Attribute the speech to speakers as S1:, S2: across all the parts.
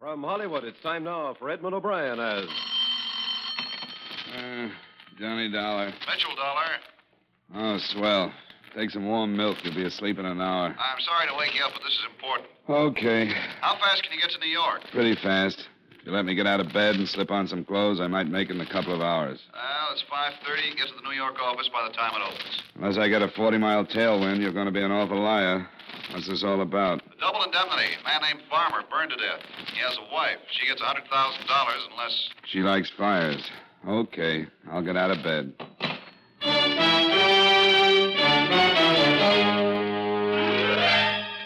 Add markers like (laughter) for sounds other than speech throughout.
S1: From Hollywood, it's time now for Edmund O'Brien as.
S2: Uh, Johnny Dollar.
S3: Mitchell Dollar,
S2: Oh, swell. Take some warm milk. You'll be asleep in an hour.
S3: I'm sorry to wake you up, but this is important.
S2: Okay.
S3: How fast can you get to New York?
S2: Pretty fast. If you let me get out of bed and slip on some clothes, I might make it in a couple of hours.
S3: Well, it's 5.30. Get to the New York office by the time it opens.
S2: Unless I get a 40 mile tailwind, you're going to be an awful liar. What's this all about?
S3: The double indemnity. A man named Farmer burned to death. He has a wife. She gets $100,000 unless...
S2: She likes fires. Okay, I'll get out of bed.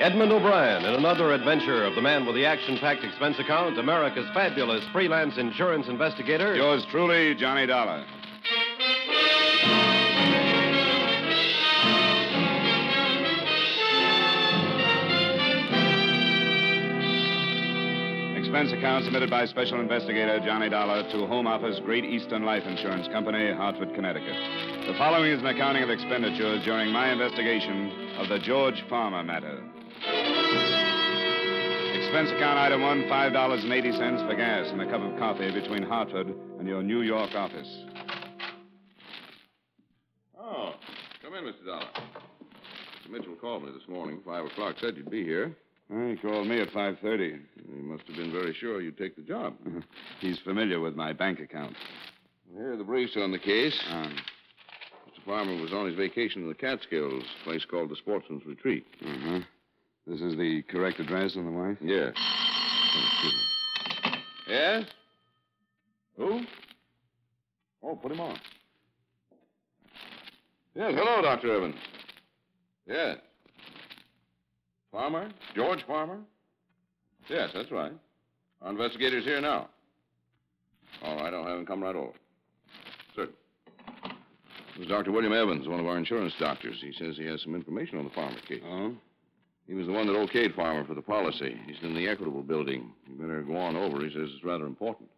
S1: Edmund O'Brien in another adventure of the man with the action packed expense account, America's fabulous freelance insurance investigator.
S2: Yours truly, Johnny Dollar. Expense account submitted by Special Investigator Johnny Dollar to Home Office Great Eastern Life Insurance Company, Hartford, Connecticut. The following is an accounting of expenditures during my investigation of the George Farmer matter. Expense account item one, five dollars and eighty cents for gas and a cup of coffee between Hartford and your New York office.
S4: Oh, come in, Mr. Dollar. Mitchell called me this morning, five o'clock. Said you'd be here.
S2: He called me at five thirty.
S4: He must have been very sure you'd take the job.
S2: He's familiar with my bank account.
S4: (laughs) Here are the briefs on the case.
S2: Um,
S4: Mr. Uh, Farmer was on his vacation in the Catskills, a place called the Sportsman's Retreat.
S2: uh-huh. This is the correct address on the wife.
S4: Yes. Oh, Yes? Who? Oh, put him on. Yes, hello, Dr. Evans. Yes. Farmer? George Farmer? Yes, that's right. Our investigator's here now. All right, I'll have him come right over. Certainly. This is Dr. William Evans, one of our insurance doctors. He says he has some information on the farmer case.
S2: Oh,
S4: He was the one that okayed Farmer for the policy. He's in the Equitable building. You better go on over. He says it's rather important.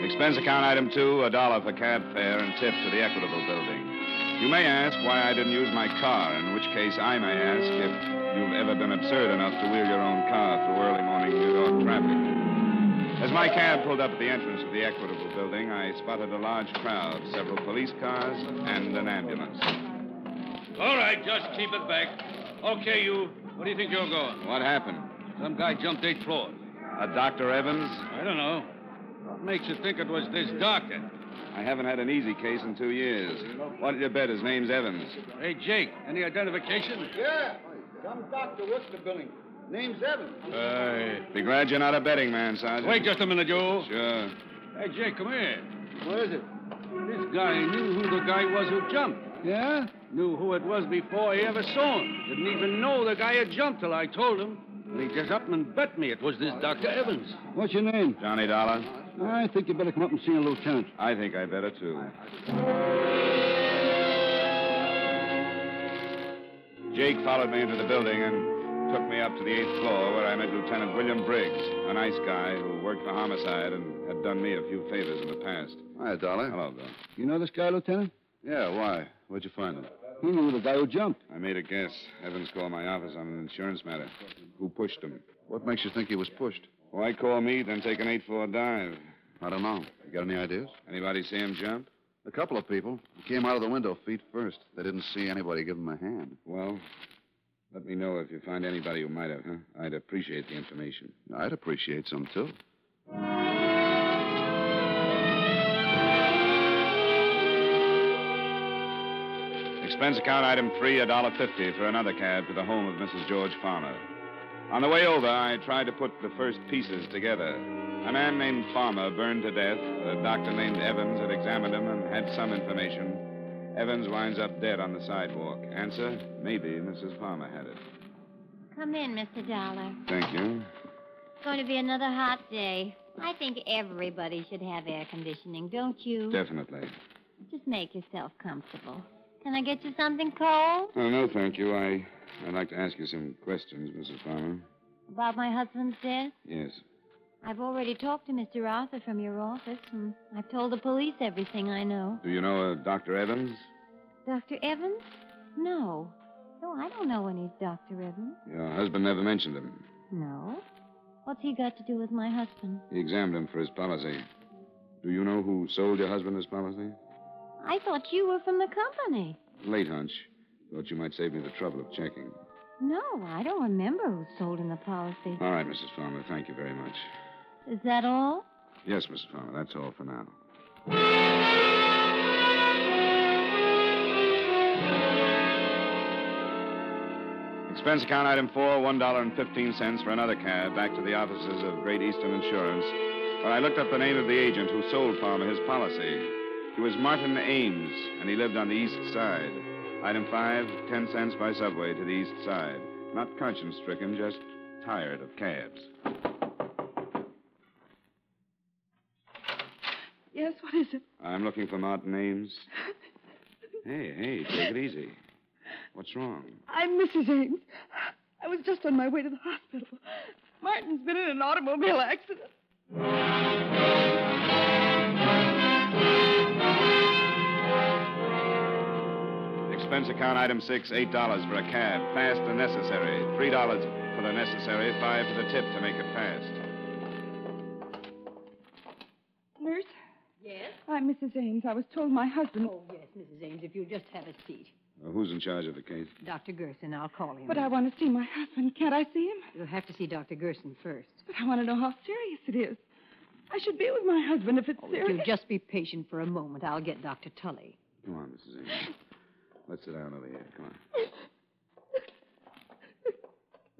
S2: Expense account item two, a dollar for cab fare and tip to the Equitable building. You may ask why I didn't use my car, in which case I may ask if you've ever been absurd enough to wheel your own car through early morning New York traffic. As my cab pulled up at the entrance of the Equitable building, I spotted a large crowd, several police cars, and an ambulance.
S5: All right, just keep it back. Okay, you. What do you think you're going?
S2: What happened?
S5: Some guy jumped eight floors.
S2: A Dr. Evans?
S5: I don't know. What makes you think it was this doctor?
S2: I haven't had an easy case in two years. What did you bet? His name's Evans.
S5: Hey, Jake, any identification?
S6: Yeah. Some doctor works in the building. Name's Evans.
S5: Hey.
S2: Be glad you're not a betting man, Sergeant.
S5: Wait just a minute, you.
S2: Sure.
S5: Hey, Jake, come here.
S6: Where is it?
S5: This guy knew who the guy was who jumped.
S6: Yeah?
S5: Knew who it was before he ever saw him. Didn't even know the guy had jumped till I told him. And he just up and bet me it was this Dr. Evans.
S6: What's your name?
S2: Johnny Dollar?
S6: I think you better come up and see a lieutenant.
S2: I think I better, too. Jake followed me into the building and took me up to the eighth floor where I met Lieutenant William Briggs, a nice guy who worked for homicide and had done me a few favors in the past.
S4: Hi, Dollar.
S2: Hello, Bill.
S6: You know this guy, Lieutenant?
S2: Yeah, why? Where'd you find him?
S6: He knew the guy who jumped.
S2: I made a guess. Evans called my office on an insurance matter. Who pushed him?
S4: What makes you think he was pushed?
S2: Why call me, then take an eight floor dive?
S4: I don't know. You got any ideas?
S2: Anybody see him jump?
S4: A couple of people. He came out of the window feet first. They didn't see anybody give him a hand.
S2: Well, let me know if you find anybody who might have, huh? I'd appreciate the information.
S4: I'd appreciate some, too.
S2: Expense account item three, a dollar fifty for another cab to the home of Mrs. George Farmer. On the way over, I tried to put the first pieces together. A man named Farmer burned to death. A doctor named Evans had examined him and had some information. Evans winds up dead on the sidewalk. Answer? Maybe Mrs. Farmer had it.
S7: Come in, Mr. Dollar.
S2: Thank you.
S7: It's going to be another hot day. I think everybody should have air conditioning, don't you?
S2: Definitely.
S7: Just make yourself comfortable. Can I get you something cold?
S2: Oh, no, thank you. I, I'd like to ask you some questions, Mrs. Farmer.
S7: About my husband's death?
S2: Yes.
S7: I've already talked to Mr. Arthur from your office, and I've told the police everything I know.
S2: Do you know uh, Dr. Evans?
S7: Dr. Evans? No. No, I don't know any Dr. Redmond.
S2: Your husband never mentioned him.
S7: No. What's he got to do with my husband?
S2: He examined him for his policy. Do you know who sold your husband his policy?
S7: I thought you were from the company.
S2: Late hunch. Thought you might save me the trouble of checking.
S7: No, I don't remember who sold him the policy.
S2: All right, Mrs. Farmer. Thank you very much.
S7: Is that all?
S2: Yes, Mrs. Farmer. That's all for now. Expense account item four, one dollar and fifteen cents for another cab back to the offices of Great Eastern Insurance, where I looked up the name of the agent who sold Farmer his policy. He was Martin Ames, and he lived on the East Side. Item five, ten cents by subway to the East Side. Not conscience stricken, just tired of cabs.
S8: Yes, what is it?
S2: I'm looking for Martin (laughs) Ames. Hey, hey, take it easy. What's wrong?
S8: I'm Mrs. Ames. I was just on my way to the hospital. Martin's been in an automobile accident.
S2: Expense account item six, eight dollars for a cab, fast and necessary. Three dollars for the necessary, five for the tip to make it fast.
S8: Nurse,
S9: Yes?
S8: I'm Mrs. Ames. I was told my husband.
S9: Oh, yes, Mrs. Ames, if you'll just have a seat.
S2: Well, who's in charge of the case?
S9: Dr. Gerson, I'll call him.
S8: But I want to see my husband. Can't I see him?
S9: You'll have to see Dr. Gerson first.
S8: But I want to know how serious it is. I should be with my husband if it's
S9: Oh, If
S8: serious.
S9: you'll just be patient for a moment, I'll get Dr. Tully.
S2: Come on, Mrs. Ames. Let's sit down over here. Come on.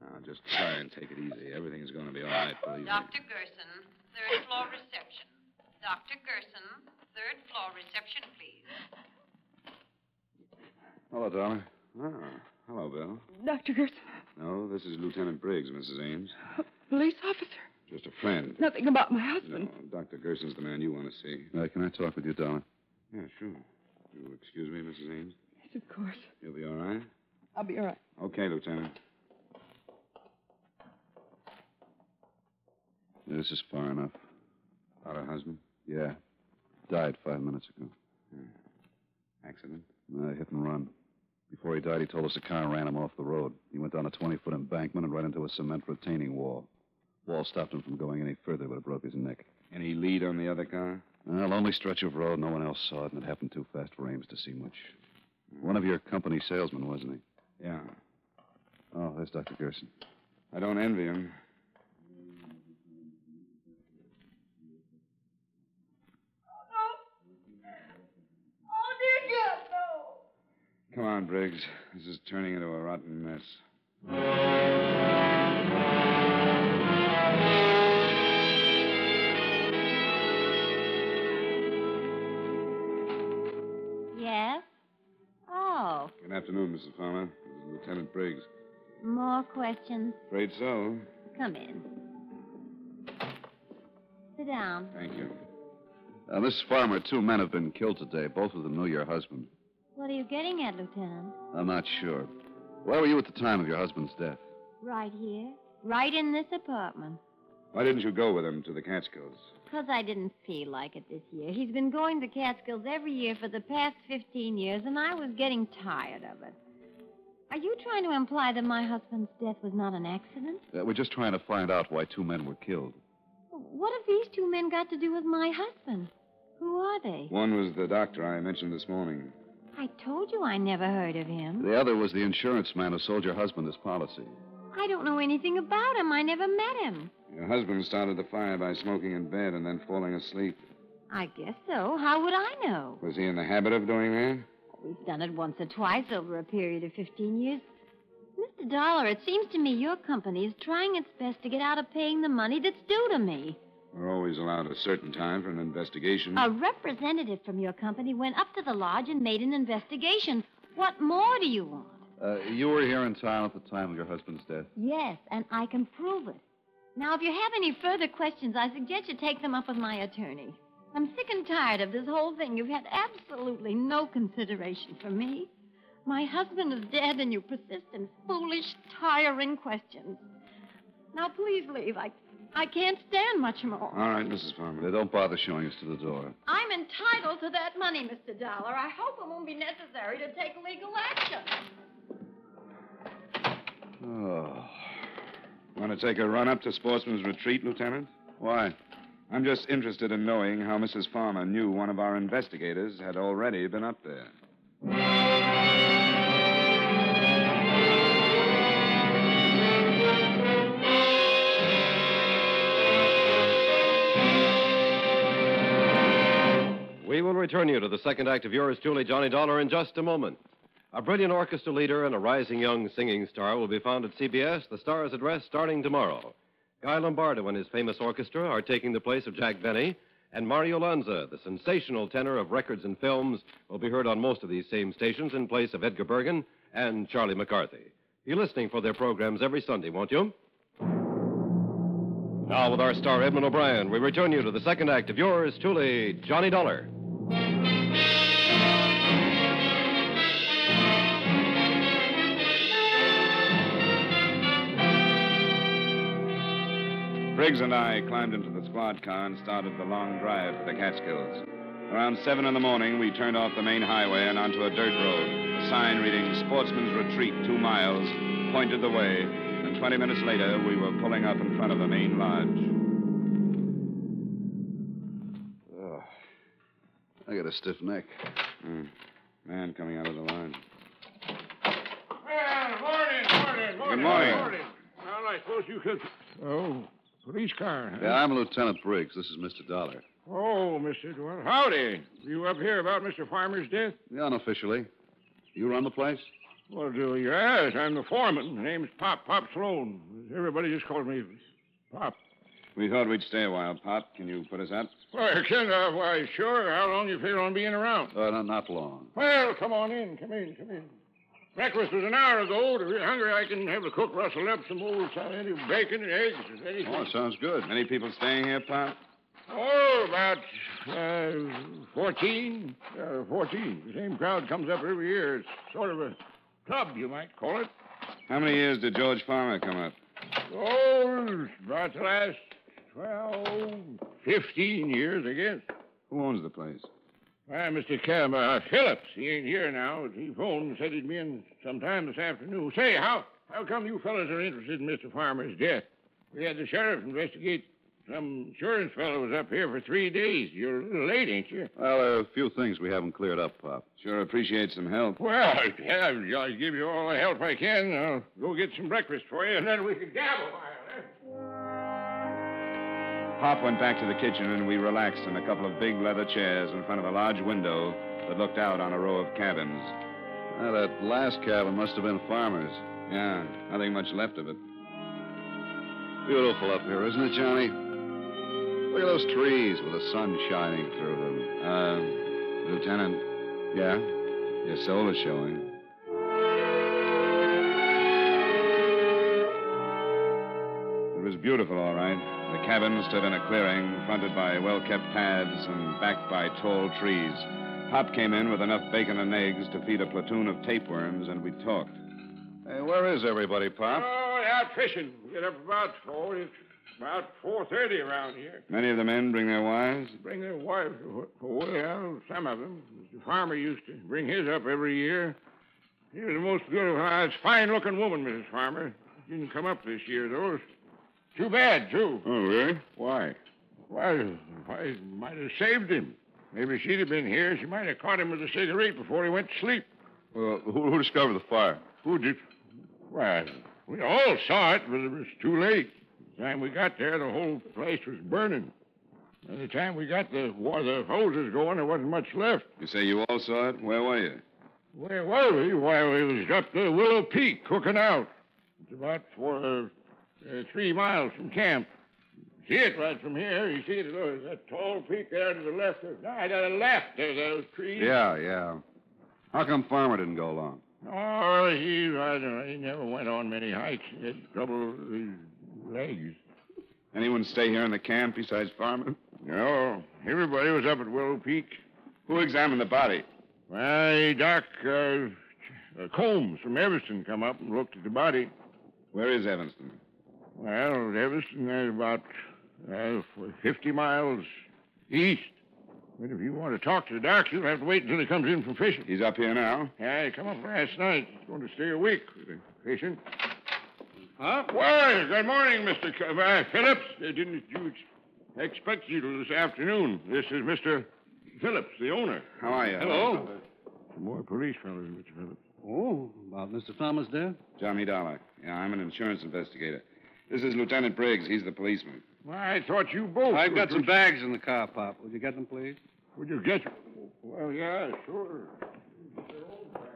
S2: Now, just try and take it easy. Everything's going to be all right, believe me.
S10: Dr. Gerson, third floor reception. Dr. Gerson, third floor reception, please.
S2: Hello, darling. Ah, hello, Bill.
S8: Dr. Gerson,
S2: No, this is Lieutenant Briggs, Mrs. Ames.
S8: police officer.
S2: Just a friend.
S8: Nothing about my husband.
S2: Dr. Gerson's the man you want to see.
S4: Uh, can I talk with you, darling?
S2: Yeah, sure. You excuse me, Mrs. Ames?
S8: Yes, of course.
S2: You'll be all right?
S8: I'll be all right.
S2: Okay, Lieutenant.
S4: This is far enough.
S2: About her husband?
S4: Yeah. Died five minutes ago.
S2: Accident?
S4: No, hit and run. Before he died, he told us a car ran him off the road. He went down a 20 foot embankment and right into a cement retaining wall. Wall stopped him from going any further, but it broke his neck.
S2: Any lead on the other car?
S4: A lonely stretch of road. No one else saw it, and it happened too fast for Ames to see much. One of your company salesmen, wasn't he?
S2: Yeah.
S4: Oh, there's Dr. Gerson.
S2: I don't envy him.
S10: Oh, dear God, no.
S2: Come on, Briggs. This is turning into a rotten mess.
S7: Yes? Oh,
S2: Good afternoon, Mrs. Farmer. This is Lieutenant Briggs.
S7: more questions.
S2: Afraid so.
S7: Come in. Sit down.
S2: Thank you.
S4: Uh, this farmer, two men have been killed today. Both of them knew your husband.
S7: What are you getting at, Lieutenant?
S4: I'm not sure. Where were you at the time of your husband's death?
S7: Right here. Right in this apartment.
S2: Why didn't you go with him to the Catskills?
S7: Because I didn't feel like it this year. He's been going to Catskills every year for the past 15 years, and I was getting tired of it. Are you trying to imply that my husband's death was not an accident?
S4: Uh, we're just trying to find out why two men were killed.
S7: What have these two men got to do with my husband? Who are they?
S2: One was the doctor I mentioned this morning.
S7: I told you I never heard of him.
S4: The other was the insurance man who sold your husband his policy.
S7: I don't know anything about him. I never met him.
S2: Your husband started the fire by smoking in bed and then falling asleep.
S7: I guess so. How would I know?
S2: Was he in the habit of doing that?
S7: We've done it once or twice over a period of 15 years. Mr. Dollar, it seems to me your company is trying its best to get out of paying the money that's due to me.
S2: We're always allowed a certain time for an investigation.
S7: A representative from your company went up to the lodge and made an investigation. What more do you want?
S4: Uh, you were here in town at the time of your husband's death.
S7: Yes, and I can prove it. Now, if you have any further questions, I suggest you take them up with my attorney. I'm sick and tired of this whole thing. You've had absolutely no consideration for me. My husband is dead, and you persist in foolish, tiring questions. Now, please leave. I I can't stand much more.
S2: All right, Mrs. Farmer. Now, don't bother showing us to the door.
S7: I'm entitled to that money, Mr. Dollar. I hope it won't be necessary to take legal action.
S2: Oh. Want to take a run up to Sportsman's Retreat, Lieutenant? Why? I'm just interested in knowing how Mrs. Farmer knew one of our investigators had already been up there.
S1: We will return you to the second act of yours truly, Johnny Dollar, in just a moment. A brilliant orchestra leader and a rising young singing star will be found at CBS, The Stars at Rest, starting tomorrow. Guy Lombardo and his famous orchestra are taking the place of Jack Benny, and Mario Lanza, the sensational tenor of records and films, will be heard on most of these same stations in place of Edgar Bergen and Charlie McCarthy. Be listening for their programs every Sunday, won't you? Now, with our star Edmund O'Brien, we return you to the second act of yours truly, Johnny Dollar.
S2: Briggs and I climbed into the squad car and started the long drive to the Catskills. Around 7 in the morning, we turned off the main highway and onto a dirt road. A sign reading Sportsman's Retreat, two miles, pointed the way, and 20 minutes later, we were pulling up in front of the main lodge.
S11: Ugh. I got a stiff neck.
S2: Hmm. Man coming out of the line.
S12: morning, morning, morning.
S11: morning.
S12: Well, I suppose you could.
S11: Oh,
S12: Police car. huh?
S11: Yeah, I'm Lieutenant Briggs. This is Mr. Dollar.
S12: Oh, Mr. Dwyer. Howdy. You up here about Mr. Farmer's death?
S11: Unofficially. You run the place?
S12: Well, do you? Yes, I'm the foreman. Name's Pop, Pop Sloan. Everybody just calls me Pop.
S2: We thought we'd stay a while, Pop. Can you put us up?
S12: Why, Ken, uh, why, sure. How long you feel on being around?
S11: Uh, no, not long.
S12: Well, come on in. Come in, come in. Breakfast was an hour ago. If you're hungry, I can have the cook rustle up some old salad, bacon, and eggs, and anything.
S2: Oh, sounds good. Many people staying here, Pop?
S12: Oh, about uh, 14. Uh, 14. The same crowd comes up every year. It's sort of a club, you might call it.
S2: How many years did George Farmer come up?
S12: Oh, about the last 12, 15 years, I guess.
S2: Who owns the place?
S12: Why, Mr. Cam, uh, Phillips, he ain't here now. He phoned and said he'd be in sometime this afternoon. Say, how, how come you fellas are interested in Mr. Farmer's death? We had the sheriff investigate. Some insurance fellow was up here for three days. You're a little late, ain't you?
S11: Well, there are a few things we haven't cleared up, Pop.
S2: Sure appreciate some help.
S12: Well, yeah, I'll give you all the help I can. I'll go get some breakfast for you, and then we can gab a while.
S2: Pop went back to the kitchen and we relaxed in a couple of big leather chairs in front of a large window that looked out on a row of cabins.
S11: Now, that last cabin must have been Farmer's.
S2: Yeah, nothing much left of it.
S11: Beautiful up here, isn't it, Johnny? Look at those trees with the sun shining through them.
S2: Uh, Lieutenant.
S11: Yeah?
S2: Your soul is showing. It was beautiful, all right. The cabin stood in a clearing, fronted by well kept paths and backed by tall trees. Pop came in with enough bacon and eggs to feed a platoon of tapeworms, and we talked.
S11: Hey, where is everybody, Pop?
S12: Oh, out fishing. Get up about four. It's about four thirty around here.
S2: Many of the men bring their wives.
S12: Bring their wives. Well, some of them. The farmer used to bring his up every year. She was the most beautiful, uh, fine-looking woman, Mrs. Farmer. Didn't come up this year, though. It's Too bad, too.
S2: Oh, really? Why?
S12: Why, I might have saved him. Maybe she'd have been here. She might have caught him with a cigarette before he went to sleep.
S11: Well, who, who discovered the fire?
S12: Who did? Why, we all saw it, but it was too late. By the time we got there, the whole place was burning. By the time we got the wa- the hoses going, there wasn't much left.
S2: You say you all saw it? Where were you?
S12: Where were we? Why, we was up the Willow Peak cooking out. It's about four, uh, three miles from camp. See it right from here. You see it, there's that tall peak there to the left. There. No, to the left, there's those trees.
S11: Yeah, yeah. How come Farmer didn't go along?
S12: Oh, he, I don't know, he never went on many hikes. He had trouble with his legs.
S2: Anyone stay here in the camp besides Farmer? (laughs)
S12: No. Everybody was up at Willow Peak.
S2: Who examined the body?
S12: Why, Doc uh, uh, Combs from Everson come up and looked at the body.
S2: Where is Evanston?
S12: Well, Evanston is about uh, 50 miles east. But if you want to talk to the doc, you'll have to wait until he comes in from fishing.
S2: He's up here now.
S12: Yeah, he come up last night. He's going to stay a week fishing. Huh? Well, good morning, Mr. C- uh, Phillips. Uh, didn't you ex- expect you till this afternoon? This is Mr. Phillips, the owner.
S2: How are you?
S12: Hello. Some more police fellows, Mr. Phillips.
S2: Oh, about Mr. Thomas there? Johnny E. Dollar. Yeah, I'm an insurance investigator. This is Lieutenant Briggs. He's the policeman.
S12: Well, I thought you both.
S5: I've
S12: were
S5: got some
S12: just-
S5: bags in the car, Pop. Would you get them, please?
S12: Would you get? Well, yeah, sure.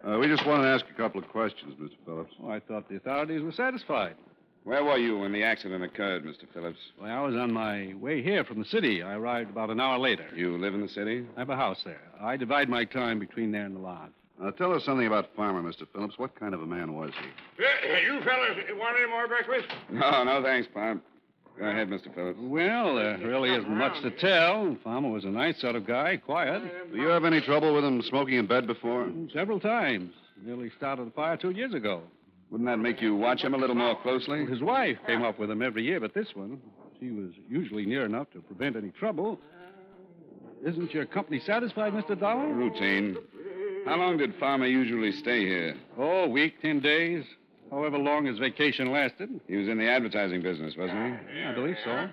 S11: Uh, we just want to ask a couple of questions, Mr. Phillips.
S5: Oh, I thought the authorities were satisfied.
S2: Where were you when the accident occurred, Mr. Phillips?
S5: Well, I was on my way here from the city. I arrived about an hour later.
S2: You live in the city?
S5: I have a house there. I divide my time between there and the lodge.
S11: Now, Uh, tell us something about Farmer, Mr. Phillips. What kind of a man was he?
S12: you fellas want any more breakfast?
S2: No, no, thanks, Pop. Go ahead, Mr. Phillips.
S5: Well, there really isn't much to tell. Farmer was a nice sort of guy, quiet. Mm,
S11: Do you have any trouble with him smoking in bed before?
S5: Several times. Nearly started a fire two years ago.
S2: Wouldn't that make you watch him a little more closely?
S5: His wife came up with him every year, but this one, she was usually near enough to prevent any trouble. Isn't your company satisfied, Mr. Dollar?
S2: Routine. How long did Farmer usually stay here?
S5: Oh, a week, ten days, however long his vacation lasted.
S2: He was in the advertising business, wasn't he?
S5: I believe so.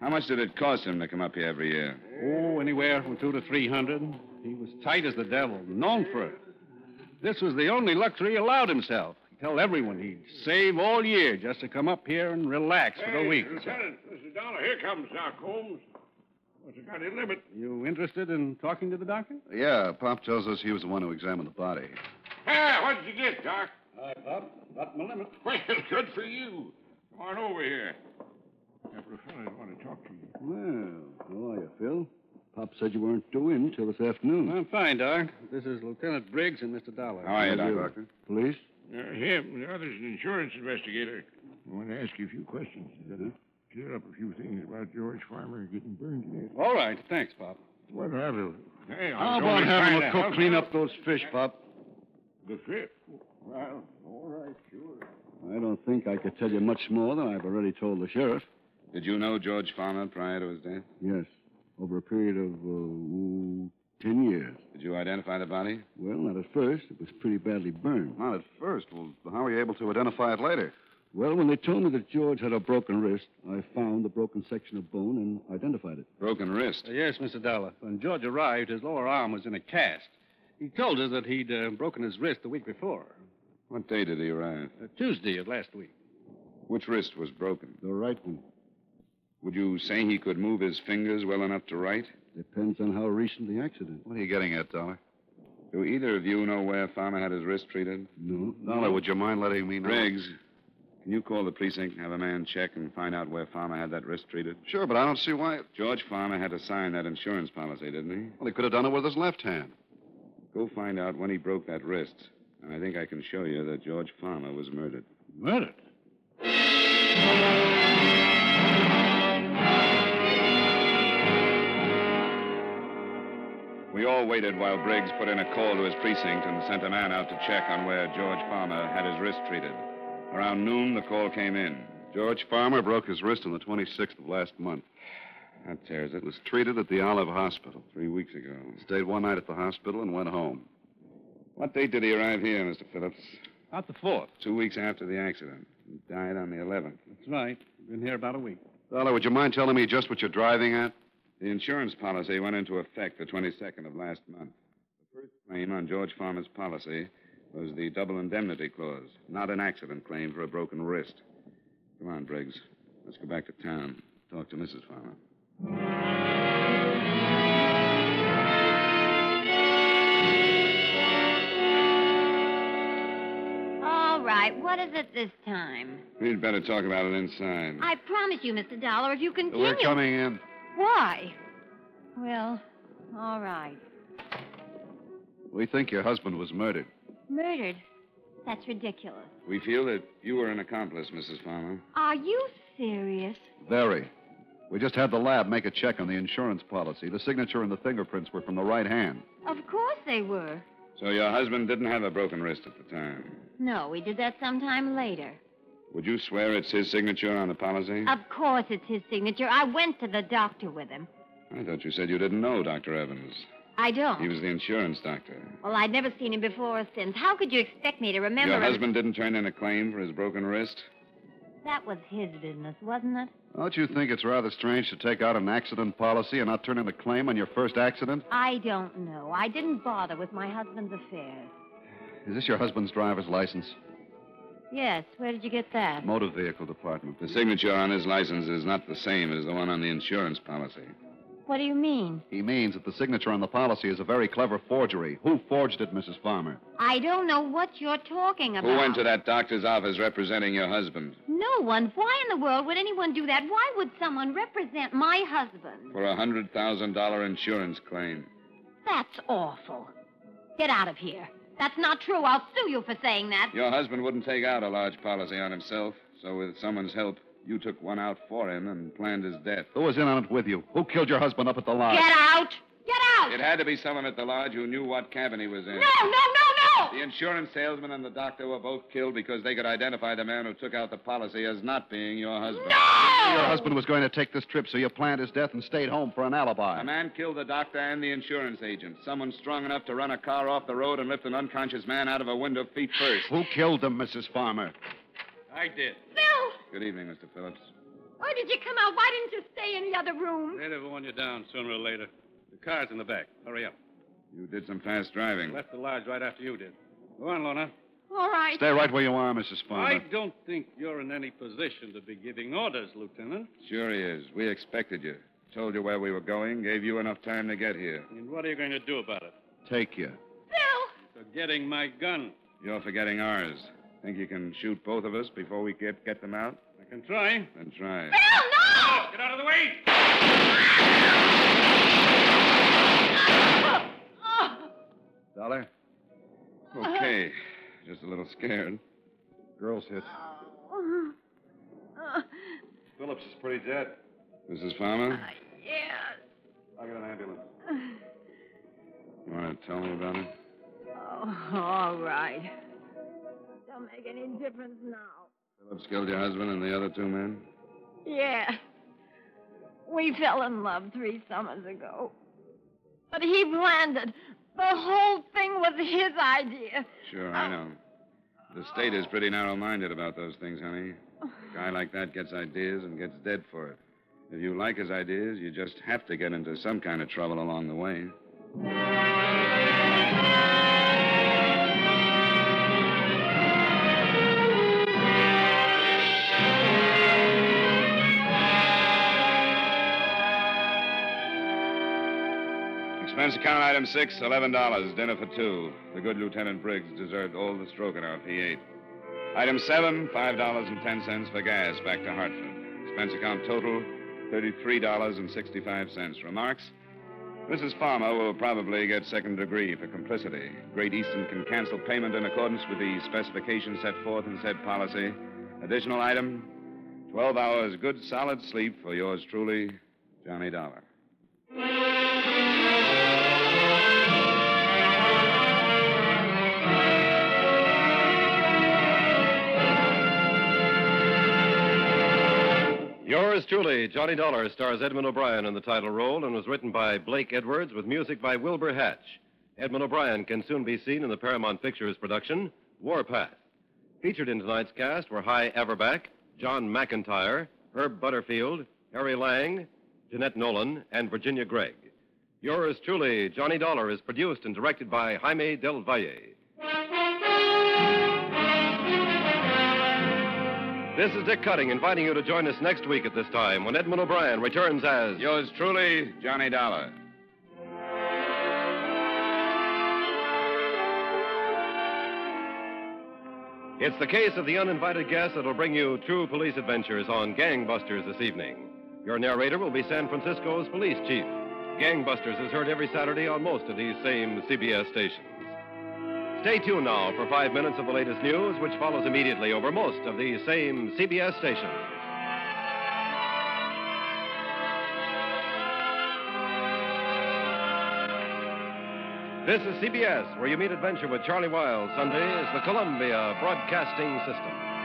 S2: How much did it cost him to come up here every year?
S5: Oh, anywhere from two to three hundred. He was tight as the devil, known for it. This was the only luxury he allowed himself. He told everyone he'd save all year just to come up here and relax for the
S12: Hey,
S5: week.
S12: Lieutenant, Mr. Dollar, here comes Doc Holmes. What's the kind of limit?
S5: You interested in talking to the doctor?
S11: Yeah, Pop tells us he was the one who examined the body.
S12: Ah, what did you get, Doc?
S5: Hi, Pop. Not my (laughs) limit.
S12: Well, good for you. Come on over here. Couple of fellas want to talk to you.
S13: Well, how are you, Phil? Pop said you weren't due in till this afternoon.
S5: I'm fine, Doc. This is Lieutenant Briggs and Mr. Dollar.
S13: Police?
S12: Uh, him, the other's an insurance investigator. I want to ask you a few questions. That'll clear up a few things about George Farmer getting burned to death.
S5: All right. Thanks, Pop.
S12: What have you? Hey, I
S13: How
S12: was
S13: about
S12: only
S13: having
S12: trying to
S13: a cook
S12: help
S13: clean
S12: you.
S13: up those fish, Pop?
S12: The fifth? Well, all right, sure.
S13: I don't think I could tell you much more than I've already told the sheriff.
S2: Did you know George Farmer prior to his death?
S13: Yes, over a period of uh, ooh, ten years.
S2: Did you identify the body?
S13: Well, not at first. It was pretty badly burned.
S11: Not at first. Well, how were you able to identify it later?
S13: Well, when they told me that George had a broken wrist, I found the broken section of bone and identified it.
S2: Broken wrist.
S5: Uh, yes, Mr. Dollar. When George arrived, his lower arm was in a cast. He told us that he'd uh, broken his wrist the week before,
S2: What day did he arrive?
S5: uh, Tuesday of last week.
S2: Which wrist was broken?
S13: The right one.
S2: Would you say he could move his fingers well enough to write?
S13: Depends on how recent the accident.
S11: What are you getting at, Dollar?
S2: Do either of you know where Farmer had his wrist treated?
S13: No.
S11: Dollar, would you mind letting me know?
S2: Briggs, can you call the precinct and have a man check and find out where Farmer had that wrist treated?
S11: Sure, but I don't see why.
S2: George Farmer had to sign that insurance policy, didn't
S11: Well, he could have done it with his left hand.
S2: he? Go find out when he broke that wrist. And I think I can show you that George Farmer was murdered.
S12: Murdered?
S2: We all waited while Briggs put in a call to his precinct and sent a man out to check on where George Farmer had his wrist treated. Around noon, the call came in.
S11: George Farmer broke his wrist on the 26th of last month.
S2: That tears it.
S11: It was treated at the Olive Hospital.
S2: Three weeks ago.
S11: Stayed one night at the hospital and went home.
S2: What date did he arrive here, Mr. Phillips?
S5: About the 4th.
S2: Two weeks after the accident. He died on the 11th.
S5: That's right. Been here about a week.
S11: Dollar, would you mind telling me just what you're driving at?
S2: The insurance policy went into effect the 22nd of last month. The first claim on George Farmer's policy was the double indemnity clause, not an accident claim for a broken wrist. Come on, Briggs. Let's go back to town. Talk to Mrs. Farmer.
S7: All right, what is it this time?
S2: We'd better talk about it inside.
S7: I promise you, Mr. Dollar, if you continue.
S2: We're coming in.
S7: Why? Well, all right.
S11: We think your husband was murdered.
S7: Murdered? That's ridiculous.
S2: We feel that you were an accomplice, Mrs. Farmer.
S7: Are you serious?
S11: Very. We just had the lab make a check on the insurance policy. The signature and the fingerprints were from the right hand.
S7: Of course they were.
S2: So your husband didn't have a broken wrist at the time.
S7: No, we did that sometime later.
S2: Would you swear it's his signature on the policy?
S7: Of course it's his signature. I went to the doctor with him.
S2: I thought you said you didn't know Dr. Evans.
S7: I don't.
S2: He was the insurance doctor.
S7: Well, I'd never seen him before or since. How could you expect me to remember
S2: Your
S7: him?
S2: husband didn't turn in a claim for his broken wrist?
S7: That was his business, wasn't it?
S11: Don't you think it's rather strange to take out an accident policy and not turn in a claim on your first accident?
S7: I don't know. I didn't bother with my husband's affairs.
S11: Is this your husband's driver's license?
S7: Yes, where did you get that?
S11: Motor vehicle department.
S2: The signature on his license is not the same as the one on the insurance policy.
S7: What do you mean?
S11: He means that the signature on the policy is a very clever forgery. Who forged it, Mrs. Farmer?
S7: I don't know what you're talking about.
S2: Who went to that doctor's office representing your husband?
S7: No one. Why in the world would anyone do that? Why would someone represent my husband?
S2: For a hundred thousand dollar insurance claim.
S7: That's awful. Get out of here. That's not true. I'll sue you for saying that.
S2: Your husband wouldn't take out a large policy on himself, so with someone's help, you took one out for him and planned his death.
S11: Who was in on it with you? Who killed your husband up at the lodge?
S7: Get out! Get out!
S2: It had to be someone at the lodge who knew what cabin he was in.
S7: No, no, no,
S2: no! The insurance salesman and the doctor were both killed because they could identify the man who took out the policy as not being your husband.
S11: Your husband was going to take this trip, so you planned his death and stayed home for an alibi.
S2: A man killed the doctor and the insurance agent. Someone strong enough to run a car off the road and lift an unconscious man out of a window feet first.
S11: Who killed them, Mrs. Farmer?
S2: I did.
S7: Phil!
S2: Good evening, Mr. Phillips.
S7: Why did you come out? Why didn't you stay in the other room?
S5: They'd have worn you down sooner or later. The car's in the back. Hurry up.
S2: You did some fast driving.
S5: Left the lodge right after you did. Go on, Lona.
S7: All right.
S11: Stay right where you are, Mrs.
S5: I
S2: uh,
S11: Farmer.
S5: don't think you're in any position to be giving orders, Lieutenant.
S2: Sure he is. We expected you. Told you where we were going, gave you enough time to get here.
S5: And what are you going to do about it?
S11: Take you.
S5: For getting my gun.
S2: You're forgetting ours. Think you can shoot both of us before we get, get them out?
S5: I can try.
S2: Then try.
S5: Oh, get out of the way!
S7: (laughs)
S2: Dollar?
S5: Uh-huh.
S2: Okay. Just a little scared. Girl's hit.
S7: Oh,
S1: Phillips is pretty dead.
S2: Mrs. Farmer?
S10: Yes.
S1: I got an ambulance.
S2: You want to tell me about it?
S10: Oh, all right. Don't make any difference now.
S2: Phillips killed your husband and the other two men?
S7: Yeah. We fell in love three summers ago. But he planned it. The whole thing was his idea.
S2: Sure, I know. The state is pretty narrow minded about those things, honey. A guy like that gets ideas and gets dead for it. If you like his ideas, you just have to get into some kind of trouble along the way. Expense account item six, eleven dollars. Dinner for two. The good Lieutenant Briggs deserved all the stroganoff he ate. Item seven, five dollars and ten cents for gas back to Hartford. Expense account total, thirty-three dollars and sixty-five cents. Remarks. Mrs. Farmer will probably get second degree for complicity. Great Eastern can cancel payment in accordance with the specifications set forth in said policy. Additional item 12 hours good solid sleep for yours truly, Johnny Dollar.
S1: Yours truly, Johnny Dollar, stars Edmund O'Brien in the title role and was written by Blake Edwards with music by Wilbur Hatch. Edmund O'Brien can soon be seen in the Paramount Pictures production, Warpath. Featured in tonight's cast were High Everback, John McIntyre, Herb Butterfield, Harry Lang, Jeanette Nolan, and Virginia Gregg. Yours truly, Johnny Dollar, is produced and directed by Jaime Del Valle. This is Dick Cutting inviting you to join us next week at this time when Edmund O'Brien returns as.
S2: Yours truly, Johnny Dollar.
S1: It's the case of the uninvited guest that'll bring you true police adventures on Gangbusters this evening. Your narrator will be San Francisco's police chief. Gangbusters is heard every Saturday on most of these same CBS stations. Stay tuned now for five minutes of the latest news, which follows immediately over most of these same CBS stations. This is CBS, where you meet adventure with Charlie Wild. Sunday is the Columbia Broadcasting System.